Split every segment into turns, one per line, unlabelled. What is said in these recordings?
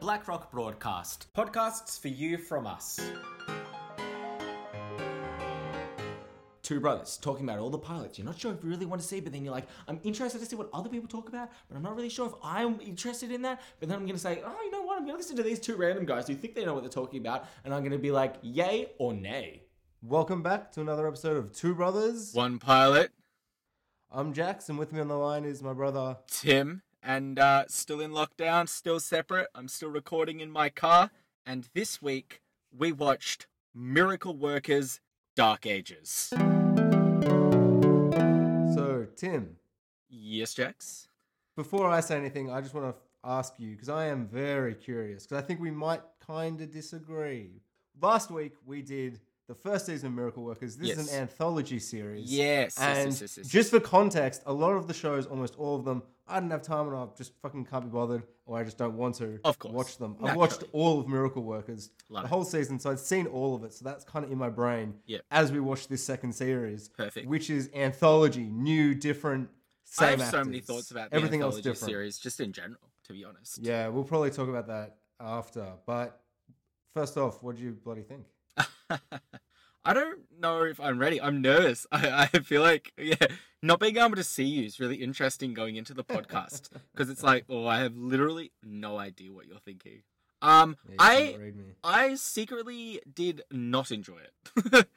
BlackRock Broadcast. Podcasts for you from us.
Two brothers talking about all the pilots. You're not sure if you really want to see, but then you're like, I'm interested to see what other people talk about, but I'm not really sure if I'm interested in that. But then I'm going to say, oh, you know what? I'm going to listen to these two random guys who think they know what they're talking about, and I'm going to be like, yay or nay.
Welcome back to another episode of Two Brothers.
One pilot,
I'm Jax, and with me on the line is my brother.
Tim, and uh, still in lockdown, still separate. I'm still recording in my car. And this week, we watched Miracle Workers Dark Ages.
So, Tim,
Yes, Jax?
before I say anything, I just want to ask you because I am very curious because I think we might kind of disagree. Last week we did the first season of Miracle Workers. This is
Yes.
an anthology series.
Yes, yes,
And
yes, yes, yes,
just for context, a lot of the shows, almost all of them, I didn't have time and I just fucking can't be bothered or I just don't want to
Of course.
watch them. I've
Naturally.
watched all of Miracle Workers,
Love
the
it.
whole season, so I'd seen all of it. So that's kind of in my brain
Yep.
as we watch this second series,
Perfect.
which is anthology, new, different. Same
I have so
actors.
many thoughts about the
everything else
anthology
different.
series, just in general, to be honest.
Yeah, we'll probably talk about that after. But first off, what do you bloody think?
I don't know if I'm ready. I'm nervous. I, I feel like, yeah, not being able to see you is really interesting going into the podcast because it's like, oh, I have literally no idea what you're thinking. Um,
Yeah, you
I
can't read me.
I secretly did not enjoy it.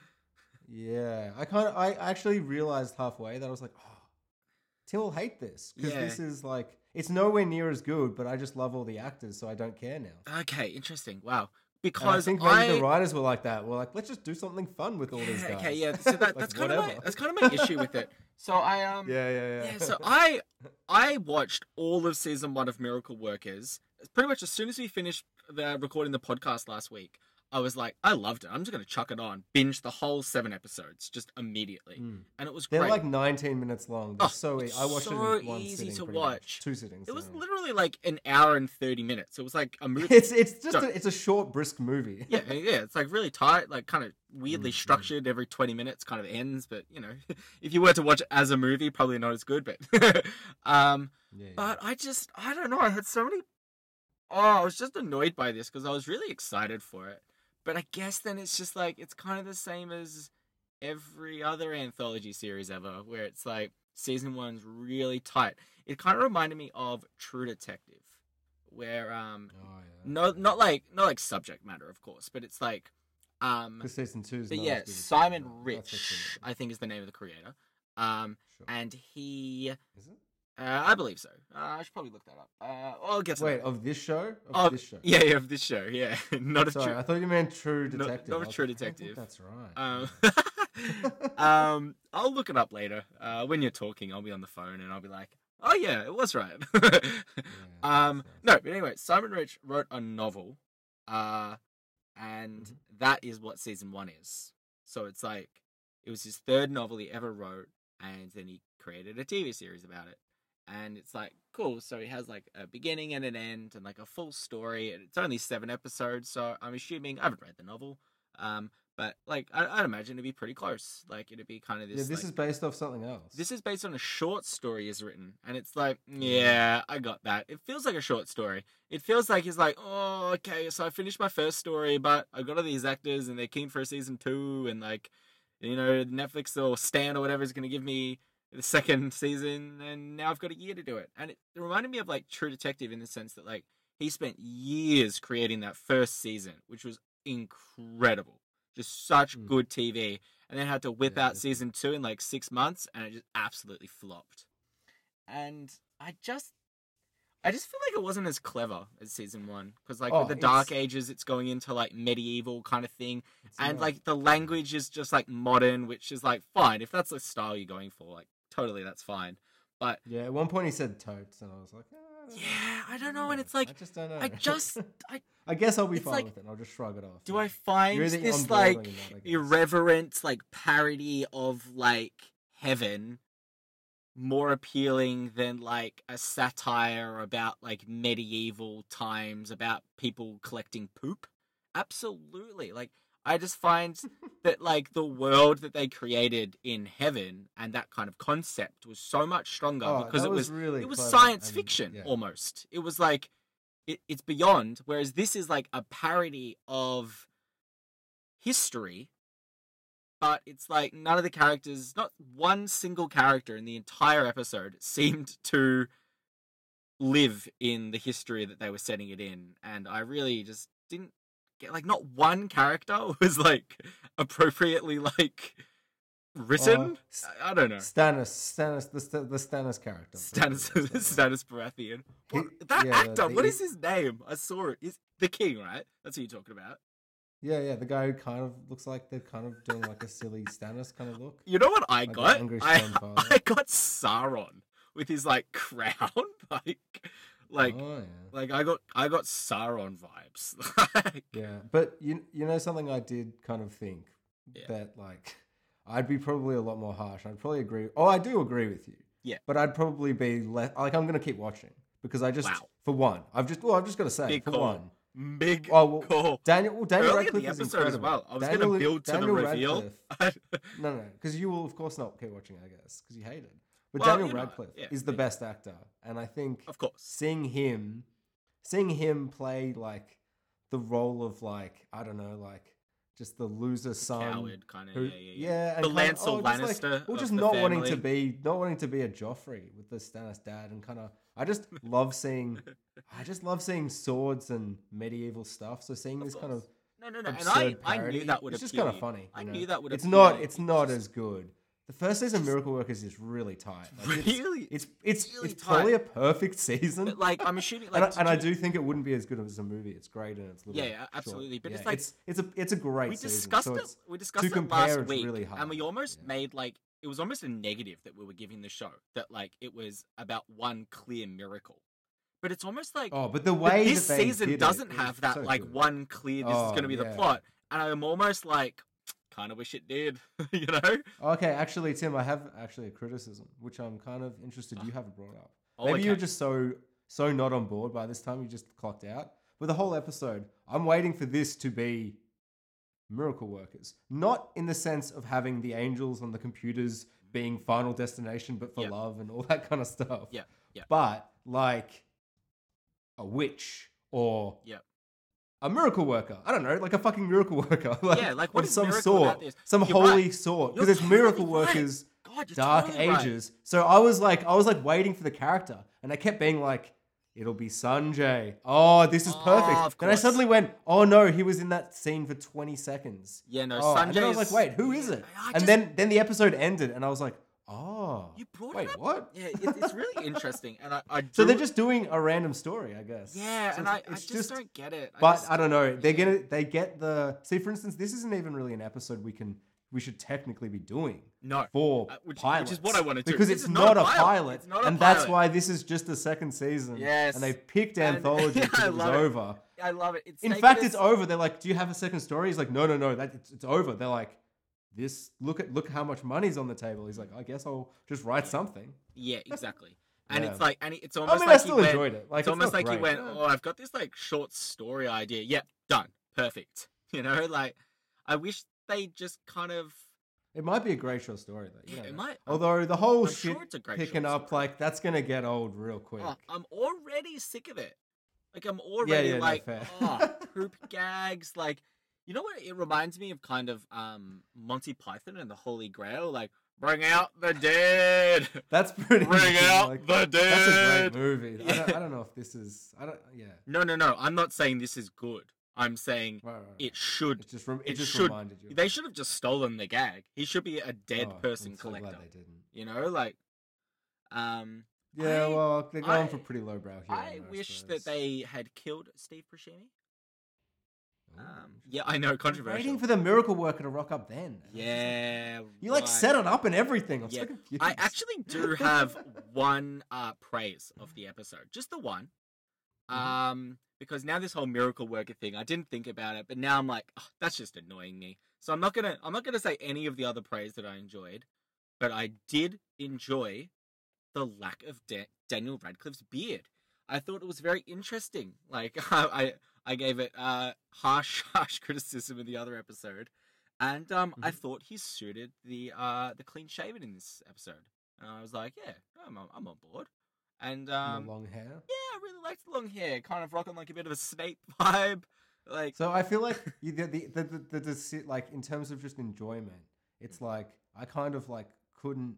Yeah, I kind of I actually realized halfway that I was like, oh, Tim will hate this because
Yeah.
this is like it's nowhere near as good. But I just love all the actors, so I don't care now. And
okay, interesting. Wow.
I
Because
think maybe the writers were like that. We're like, let's just do something fun with all these
Yeah,
guys.
okay, yeah. So that,
Like,
that's kind of my,
whatever.
that's kind of my issue with it. So I um
yeah, yeah, yeah.
Yeah, so I I watched all of season one of Miracle Workers. Pretty much as soon as we finished the recording the podcast last week, I was like, I loved it. I'm just gonna chuck it on, binge the whole seven episodes just immediately,
Mm.
and it was
They're
great.
like 19 minutes long. They're
Oh,
so e-
it's
I watched
so
it in one
easy
sitting,
to
pretty much.
watch.
Two sittings.
it was
yeah.
literally like an hour and thirty minutes. It was like a movie.
It's it's just
Sorry.
a, it's a short, brisk movie.
yeah, yeah. It's like really tight, like kind of weirdly
Mm, mm.
structured. Every twenty minutes, kind of ends. But you know, if you were to watch it as a movie, probably not as good. But um,
Yeah, yeah.
But I just, I don't know. I had so many. Oh, I was just annoyed by this because I was really excited for it. But I guess then it's just like, it's kind of the same as every other anthology series ever, where it's like season one's really tight. It kind of reminded me of True Detective, where, um,
Oh, yeah.
no, not like, not like subject matter, of course, but it's like, um,
Because season two is
but
not
yeah,
as good as
Simon
season one. That's
Rich,
actually-
I think is the name of the creator. Um,
sure.
and he,
Is it?
uh, I believe so. Uh, I should probably look that up. Uh, I'll get to
Wait,
that.
of this show? Of
Of-
this show.
Oh, Yeah, yeah, of this show. Yeah, not a
Sorry,
true.
I thought you meant True
No-
Detective.
not a
I was
True
like, I don't
Detective.
think that's right.
Um,
Yeah.
um, I'll look it up later. Uh, when you're talking, I'll be on the phone and I'll be like, "Oh yeah, it was right."
Yeah,
um,
that's
no, but anyway, Simon Rich wrote a novel, uh, and
Mhm.
that is what season one is. So it's like it was his third novel he ever wrote, and then he created a TV series about it. And it's like cool. So he has like a beginning and an end, and like a full story. And it's only seven episodes, so I'm assuming I haven't read the novel. Um, but like I, I'd imagine it'd be pretty close. Like it'd be kind of
Yeah,
this.
this
like-
is based off something else.
this is based on a short story he's written, and it's like, yeah, I got that. It feels like a short story. It feels like he's like, oh, okay, so I finished my first story, but I got all these actors, and they're keen for a season two, and like, you know, Netflix or Stan or whatever is going to give me the second season, and now I've got a year to do it. And it reminded me of like True Detective in the sense that like he spent years creating that first season, which was incredible, just such
Mm.
good TV and then had to whip
Yeah,
out
definitely.
season two in like six months, and it just absolutely flopped. And I just, I just feel like it wasn't as clever as season one because like
Oh,
with the Dark
it's-
Ages, it's going into like medieval kind of thing,
It's
and
not-
like the language is just like modern, which is like fine if that's the style you're going for, like totally that's fine. But
Yeah, at one point he said totes, and I was like, "Ah, I don't know.
yeah, I don't know, and it's
I
like
just don't know.
I just, I
I guess I'll be
it's
fine
like-
with it. and I'll just shrug it off.
do
yeah.
I find
You're either on
this
board or you're
like
not, I guess.
irreverent like parody of like heaven more appealing than like a satire about like medieval times about people collecting poop absolutely like i just find that like the world that they created in heaven and that kind of concept was so much stronger
Oh,
because
that
it was
really
it was
clever
science
and-
fiction
yeah. Uh,
almost. It was like it, it's beyond. Whereas this is like a parody of history, but it's like none of the characters, not one single character in the entire episode, seemed to live in the history that they were setting it in. And I really just didn't get like not one character was like appropriately like written.
s-
I, I don't know.
Stannis, Stannis, the, St- the Stannis character.
Stannis, Stannis Baratheon.
He-
What, that
yeah, e
actor,
the-
what is his name? I saw it. Is the king, right? That's who you're talking about.
Yeah, yeah, the guy who kind of looks like they're kind of doing like a silly Stannis kind of look.
You know what I
the
got?
angry
I,
stepfather.
I got Sauron with his like crown, like, like,
oh yeah,
like I got I got Sauron vibes. like,
yeah. But you, you know, something I did kind of think
Yeah.
that like I'd be probably a lot more harsh. I'd probably agree. Oh, I do agree with you.
Yeah.
But I'd probably be less. Like I'm gonna keep watching because I just,
Wow.
for one, I've just, well, I've just got to say,
Big
for
call.
one,
big
Oh, well,
call.
Daniel, well, Daniel
Early in
Radcliffe
the
is
episode as
incredible.
well. I was going
Daniel-
to build to the
Daniel
reveal.
Radcliffe- No, no, because you will, of course, not keep watching, I guess, because you hate it. But
Well, you
Daniel
know,
Radcliffe
yeah,
is the
yeah.
best actor, and I think
of course.
seeing him, seeing him play like the role of like I don't know, like just the loser son,
Coward kind of.
um, who-
Yeah, yeah, yeah.
and
The
kind of-
Lancel
oh, just
Lannister
like, or
of
just
the
not wanting to
family.
be, not wanting to be a Joffrey with the Stannis dad, and kind of, I just love seeing, I just love seeing swords and medieval stuff. So seeing
Of
this kind of
course. No, no, no. And I,
absurd
I
parody.
knew that would
It's just
appeal
kind of
you.
funny.
I
you know?
knew that would
It's
appeal
not.
you.
It's not as good. The first season, Miracle Workers, is really tight. Like, it's,
Really?
it's it's
Really
it's probably a perfect season.
But, like I'm assuming, like,
and, I,
did
and I
you-
do think it wouldn't be as good as a movie. It's great and it's little
Yeah, yeah,
short.
absolutely. But
Yeah,
it's like-
it's it's a it's a great.
we
season,
discussed
so
it.
it's-
We discussed it
compare,
last
it's
week,
really
and
hard,
we almost
yeah.
made like it was almost a negative that we were giving the show that like it was about one clear miracle, but it's almost like
Oh, but the
but
way
this
that they
season
did it
doesn't
is
have that
so
like
good.
one clear. This is
Oh,
going to be the
yeah.
plot, and I'm almost like kind of wish it did, you know?
Okay, actually, Tim, I have actually a criticism, which I'm kind of interested you haven't brought up.
Oh,
Maybe you were
okay.
just so so not on board by this time. You just clocked out. But the whole episode, I'm waiting for this to be miracle workers, not in the sense of having the angels on the computers being final destination, but for
Yeah.
love and all that kind of stuff.
Yeah, yeah.
But like a witch or
Yeah.
a miracle worker. I don't know, like a fucking miracle worker. like,
Yeah, like, what
of
is
some
miracle about
sort,
this?
some
You're
holy
right.
sort,
You're
because it's miracle
totally right.
workers.
God, you're
Dark
totally right.
Ages. So I was like, I was like waiting for the character, and I kept being like, "It'll be Sanjay." Oh, this is
Oh, of
perfect. Then I
course.
suddenly went, "Oh no, he was in that scene for twenty seconds."
Yeah, no,
oh,
Sanjay.
and then I was like,
is-
"Wait, who is
Yeah,
it?"
I
and
just-
then then the episode ended, and I was like, "Oh,
you brought
wait,
it up.
what?"
Yeah, it, it's really interesting, and I, I
So
do-
they're just doing a random story, I guess.
yeah,
So
and I,
it's-
I
it's
just, don't get it. I
but
just-
I don't know. They're
yeah.
gonna they get the see. For instance, this isn't even really an episode we can we should technically be doing
No,
for
uh, which-
pilots,
which is what I wanna do.
because
This
it's
is not
not,
a
a
pilot.
pilot,
It's not a
and that's
pilot.
why this is just the second season.
Yes.
and they picked
And-
anthology
Yeah,
because
I
it was
love it.
over.
I love it. It's
In
taken
fact,
us-
it's over. They're like, "Do you have a second story?" He's like, "No, no, no. That it's, it's over." They're like, "This look at look how much money's on the table." He's like, "I guess I'll just write something."
Yeah, exactly. And
Yeah.
it's like, and it's
I
almost
mean,
like
I
he
still
went-
enjoyed it. Like,
it's almost
not
like he
great.
went, "Oh, I've got this like short story idea. Yep, done, perfect." You know, like I wish they just kind of
It might be a great short story though.
Yeah,
you don't
it
know.
might- I'm-
Although the whole
I'm
shit
sure it's a great
picking
short
up
story.
like that's gonna get old real quick.
Oh, I'm already sick of it. Like I'm already
yeah, no,
like
fair.
oh, poop gags. Like you know what? It reminds me of kind of um Monty Python and the Holy Grail. Like bring out the dead.
that's pretty.
Bring
good,
out
like,
the
That's a
dead.
great movie. I, don't,
Yeah.
I don't know if this is. I don't. Yeah.
No, no, no. I'm not saying this is good. I'm saying
Right. right, right.
it should.
It just. Rem- it,
it
just
should-
reminded you. of
They
it.
should have just stolen the gag. He should be a dead
Oh,
person
I'm so glad
collector.
they didn't.
You know, like, um,
Yeah.
I-
well, they're going
I-
for pretty lowbrow here.
I wish that they had killed Steve Buscemi. Um, yeah, I know, controversial.
Oh. Waiting for the miracle worker to rock up then.
yeah,
You like
right.
set it up and everything. I'm
Yeah.
so confused.
I actually do have one uh, praise of the episode, just the one.
Mhm.
Um, because now this whole miracle worker thing, I didn't think about it, but now I'm like, oh, that's just annoying me. So I'm not gonna, I'm not gonna say any of the other praise that I enjoyed, but I did enjoy the lack of da- Daniel Radcliffe's beard. I thought it was very interesting. Like I, I, I gave it uh, harsh, harsh criticism in the other episode, and um, I
Mm-hmm.
thought he suited the uh, the clean shaven in this episode, and I was like, yeah, I'm, on- I'm on board. And
and
um,
the long hair.
yeah, I really liked the long hair, kind of rocking like a bit of a Snape vibe. Like,
So I feel like you, the, the, the, the, the, deci- like in terms of just enjoyment,
Mm-hmm.
it's like I kind of like couldn't.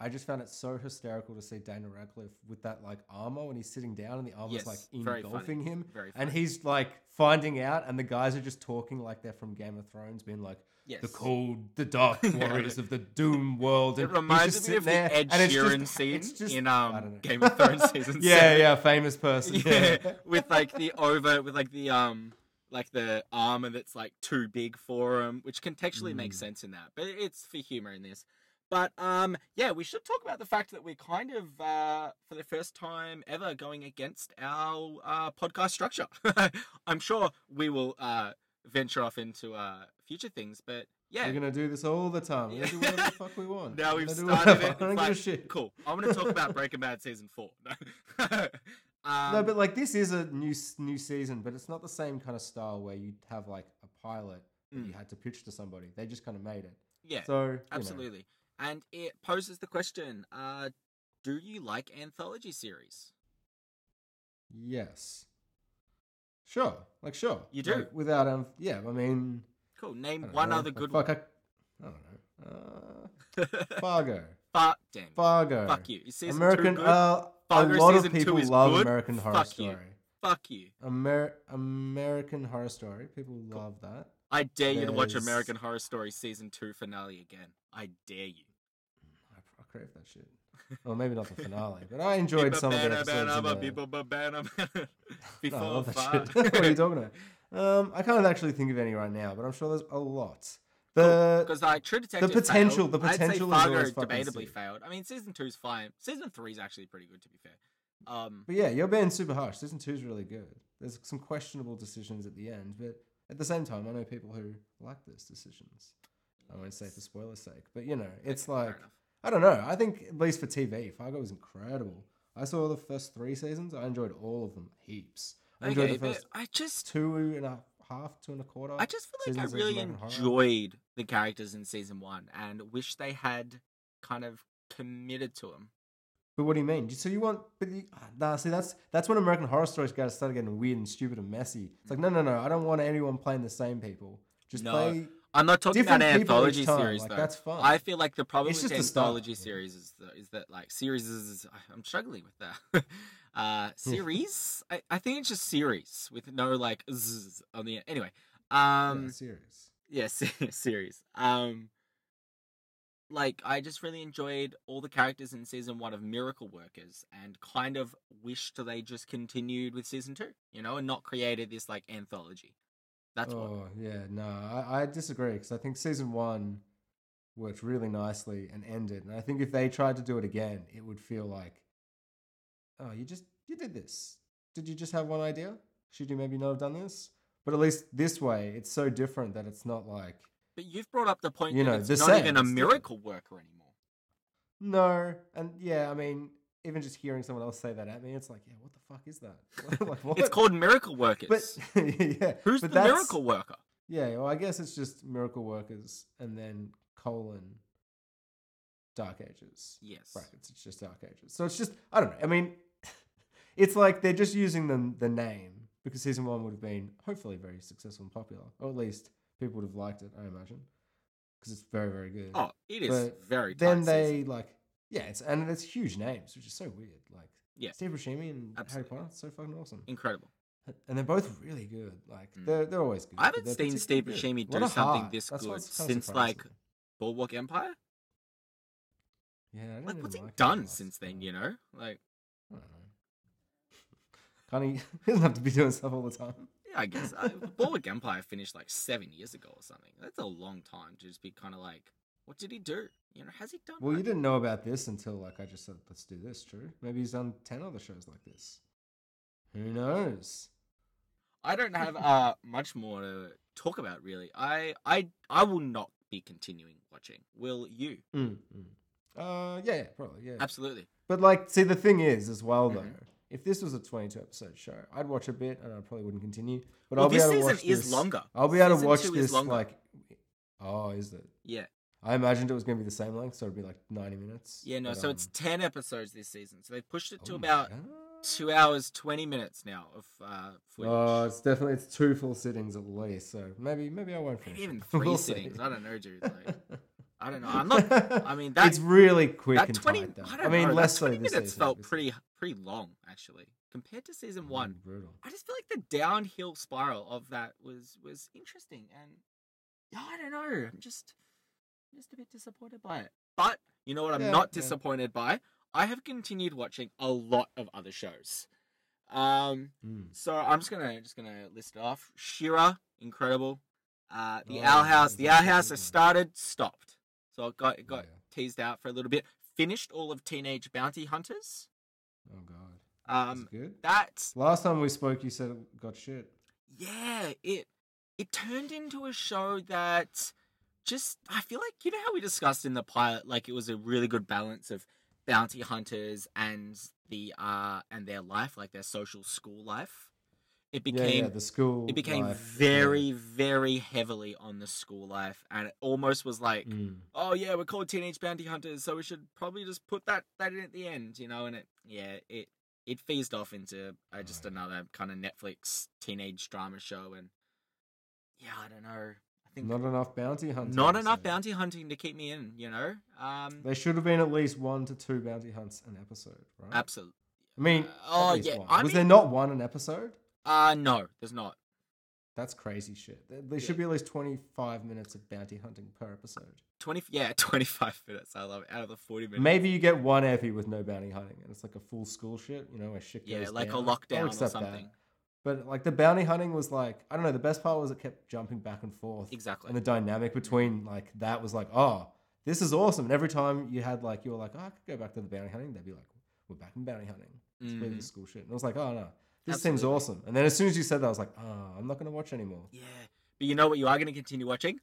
I just found it so hysterical to see Daniel Radcliffe with that like armor when he's sitting down and the armor's
Yes,
like
very
engulfing
funny,
him,
very
and
funny.
he's like finding out, and the guys are just talking like they're from Game of Thrones, being like
yes.
the cold, the dark warriors of the Doom world.
It
and he's just
reminds me
sitting
of the
there,
Ed
and it's
Sheeran
just-
scene
it's just-
in
I don't
um,
know.
Game of Thrones season
yeah,
seven.
yeah, famous person.
yeah, with like the over, with like the um, like the armor that's like too big for him, which contextually makes
Mm.
sense in that, but it's for humor in this. But um, yeah, we should talk about the fact that we're kind of uh, for the first time ever going against our uh, podcast structure. I'm sure we will uh, venture off into uh, future things, but yeah,
We're gonna do this all the time. We're gonna do whatever the fuck we want.
now
We're
we've
gonna do
started
whatever.
it.
I don't
it's
give a
like,
shit.
Cool. I want to talk about Breaking Bad season four. No, um,
no, but like this is a new s- new season, but it's not the same kind of style where you have like a pilot that you
Mm.
had to pitch to somebody. They just kind of made it.
yeah,
So you know.
absolutely. And it poses the question: uh, Do you like anthology series?
yes, sure, like sure,
You do?
Like, without um, yeah. I mean,
Cool.
I
Name
don't
one
know.
other
Like,
good
fuck, I, I don't know.
one.
Uh, Fargo,
Fuck damn. Fuck,
Fargo,
you. Is season
American.
two good?
Uh, a
Fargo
lot of
season two
people
is
love
good?
American Horror
Fuck you.
Story.
Fuck you.
Amer- American Horror Story. People love that.
I dare you to watch
There's-
American Horror Story season two finale again. I dare you.
I, I crave that shit. Well, maybe not the finale, but I enjoyed some of the
Ba-ba-ba-ba-ba,
episodes.
ba-ba-ba-ba-ba-ba.
in the- No, I
Before
love that
fire.
shit. what are you talking about? Um, I can't actually think of any right now, but I'm sure there's a lot. The
because like True Detective
potential-
failed.
the potential is
I'd say Fargo
always fucking
debatably
sick.
failed. I mean, season two's fine. Season three's actually pretty good, to be fair. Um,
but yeah, you're being super harsh. Season two's really good. There's some questionable decisions at the end, but at the same time, I know people who like those decisions. I won't say for spoilers' sake, but you know, it's
okay, fair
like
enough.
I don't know. I think at least for TV, Fargo was incredible. I saw the first three seasons. I enjoyed all of them heaps. I enjoyed
okay,
the first
but I just,
two and a half, two and a quarter.
I just feel like I
seasons of
really
American Horror.
enjoyed the characters in season one, and wish they had kind of committed to them.
But what do you mean? So you want? But you, ah, nah, see that's that's when American Horror Stories got to start getting weird and stupid and messy. It's like no, no, no. I don't want anyone playing the same people. Just
No,
play.
I'm not talking about
Different
an
people each
anthology
time,
series
like,
though.
that's fine.
I feel like the problem
It's
with
just the style,
anthology
yeah.
series is, the, is that like series is I'm struggling with that. uh, series, I, I think it's just series with no like zzz on the end. Anyway,
yeah,
um,
serious.
yes, series. Um, like I just really enjoyed all the characters in season one of Miracle Workers, and kind of wished they just continued with season two, you know, and not created this like anthology. That's what.
oh yeah, no, I, I disagree because I think season one worked really nicely and ended. And I think if they tried to do it again, it would feel like, oh, you just you did this. Did you just have one idea? Should you maybe not have done this? But at least this way, it's so different that it's not like.
But you've brought up the point
You
that
know,
it's
the
not
same,
even a
it's different.
miracle worker anymore.
No, and yeah, I mean, even just hearing someone else say that at me, it's like, yeah, what the fuck is that? like, what?
It's called miracle workers.
But yeah,
Who's
but
the
that's-
miracle worker?
Yeah, well, I guess it's just miracle workers, and then colon dark ages
Yes.
brackets. It's just dark ages. So it's just I don't know. I mean, it's like they're just using them the name because season one would have been hopefully very successful and popular, or at least people would have liked it. I imagine because it's very very good
Oh, it is
But
very.
then
tight
they
season.
like yeah, it's and it's huge names, which is so weird. Like
Yeah.
Steve Buscemi and
Absolutely.
Harry Potter, it's so fucking awesome,
incredible.
and they're both really good. Like
Mm.
they're they're always good.
I
but
haven't
they're
seen Steve
particularly
Buscemi
good. What
do
a
something
heart.
this
That's
good
what's kinda
since,
surprising.
like, Bulwark Empire.
yeah, I don't
Like,
really
what's he
like him
done
last
since then?
time.
You know, like,
I don't know. Kind of, he doesn't have to be doing stuff all the time.
yeah, I guess uh, Bulwark Empire finished like seven years ago or something. That's a long time to just be kind of like, what did he do? You know, has he done?
Well, you
much?
didn't know about this until like I just said, let's do this. True. Maybe he's done ten other shows like this. Who knows?
I don't have uh much more to talk about really. I I I will not be continuing watching. Will you?
Mm. mm. Uh, yeah, yeah, probably, yeah.
Absolutely.
But like, see, the thing is, as well though,
Mhm.
if this was a twenty-two episode show, I'd watch a bit, and I probably wouldn't continue. But
Well,
I'll be
this
able to
season
watch
is
this.
longer.
I'll be able to
Season
watch
two is
this
longer.
like. Oh, is it?
Yeah.
I imagined it was going to be the same length, so it'd be like 90 minutes.
Yeah, no,
but,
so
um,
it's 10 episodes this season. So they've pushed it to
oh my
about
God.
two hours, 20 minutes now of uh, footage.
Oh, it's definitely it's two full sittings at least. So maybe maybe I won't finish.
Maybe
it.
even 3
We'll see.
sittings. I don't know, dude. Like, I don't know. I'm not. I mean, that,
it's really quick
that
and
20.
tight. Though.
I,
I,
don't
mean,
know, that
less so
20
this
minutes
season,
felt
obviously. Mm,
pretty pretty long actually compared to season one.
Brutal.
I just feel like the downhill spiral of that was was interesting, and yeah, I don't know. I'm just just a bit disappointed by it. But you know what? I'm
Yeah,
not
yeah.
disappointed by. I have continued watching a lot of other shows. Um,
Mm.
so I'm just gonna just gonna list it off. Shira, incredible. Uh, the
Oh,
Owl House.
yeah,
The
that's
Owl
a
House. I
good one.
started, stopped. So it got it got
Yeah.
teased out for a little bit. Finished all of Teenage Bounty Hunters.
Oh god. Um,
Um,
good.
that
Last time we spoke, you said it got shit.
yeah, it it turned into a show that just I feel like you know how we discussed in the pilot, like it was a really good balance of bounty hunters and the uh and their life, like their social school life. It
Yeah,
became
yeah, the school.
it became
life,
very, very heavily on the school life, and it almost was like,
Yeah. Mm.
oh yeah, we're called teenage bounty hunters, so we should probably just put that that in at the end, you know. And it, yeah, it it phased off into uh, just
Right.
another kind of Netflix teenage drama show, and yeah, I don't know. I think
Not
not,
enough bounty hunters.
enough
so-
bounty hunting to keep me in, you know. Um,
There should have been at least one to two bounty hunts an episode, right?
absolutely.
I mean,
Oh,
at least
yeah,
one.
I
was
mean-
there not one an episode?
Uh no, there's not.
That's crazy shit. There, there should be at least twenty-five minutes of bounty hunting per episode.
Twenty, yeah, twenty-five minutes. I love it. Out of the forty minutes,
Maybe you get one Effie with no bounty hunting, and it's like a full school shit, you know, where shit
yeah,
goes
like
down.
a
I'll
lockdown or
accept that.
something.
But like the bounty hunting was like, I don't know. The best part was it kept jumping back and forth.
Exactly.
and the dynamic between like that was like, oh, this is awesome. And every time you had like you were like, oh, I could go back to the bounty hunting, they'd be like, we're back in bounty hunting. It's really
Mhm.
school shit. And I was like, oh no, this seems
Absolutely.
awesome. And then as soon as you said that, I was like, oh, I'm not gonna watch anymore.
Yeah, but you know what? You are going to continue watching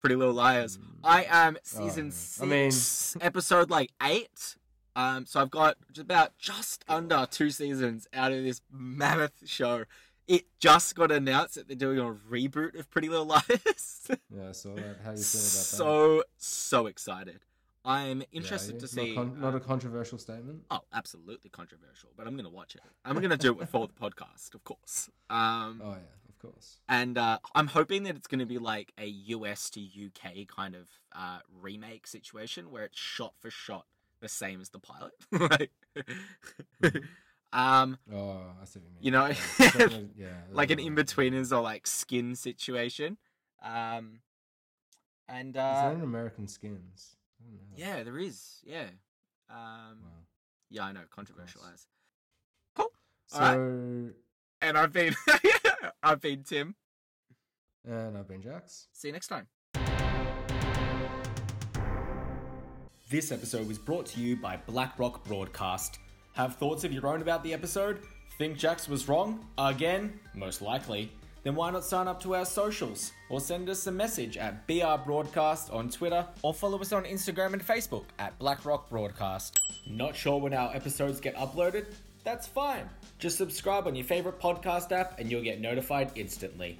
Pretty Little Liars.
Mm.
I am season
Oh, yeah. I
six, episode like eight. Um, so I've got just about just under two seasons out of this mammoth show. It just got announced that they're doing a reboot of Pretty Little Liars.
Yeah, I saw that. How you feel about that?
so so excited. I'm
Yeah,
interested
yeah.
to
Not
see.
con-
uh,
not a controversial statement.
Oh, absolutely controversial, but I'm going to watch it. I'm going to do it for the podcast, of course. Um,
Oh yeah, of course.
and uh, I'm hoping that it's going to be like a US to UK kind of uh, remake situation where it's shot for shot the same as the pilot. like,
Mm-hmm.
um,
Oh, I see what you mean.
You know,
yeah, it's definitely- yeah,
like an
uh,
in betweeners or like skin situation. Um, and
Is that
uh,
in American skins? I don't know.
yeah, there is. Yeah. Um,
Wow.
yeah, I know. Controversial
course.
as. Cool.
So,
All right. And I've been, I've been Tim.
and uh, I've been Jax.
See you next time.
This episode was brought to you by BlackRock Broadcast. Have thoughts of your own about the episode? Think Jax was wrong? Again? Most likely. Then why not sign up to our socials or send us a message at BR Broadcast on Twitter or follow us on Instagram and Facebook at BlackRock Broadcast. Not sure when our episodes get uploaded? That's fine. Just subscribe on your favorite podcast app and you'll get notified instantly.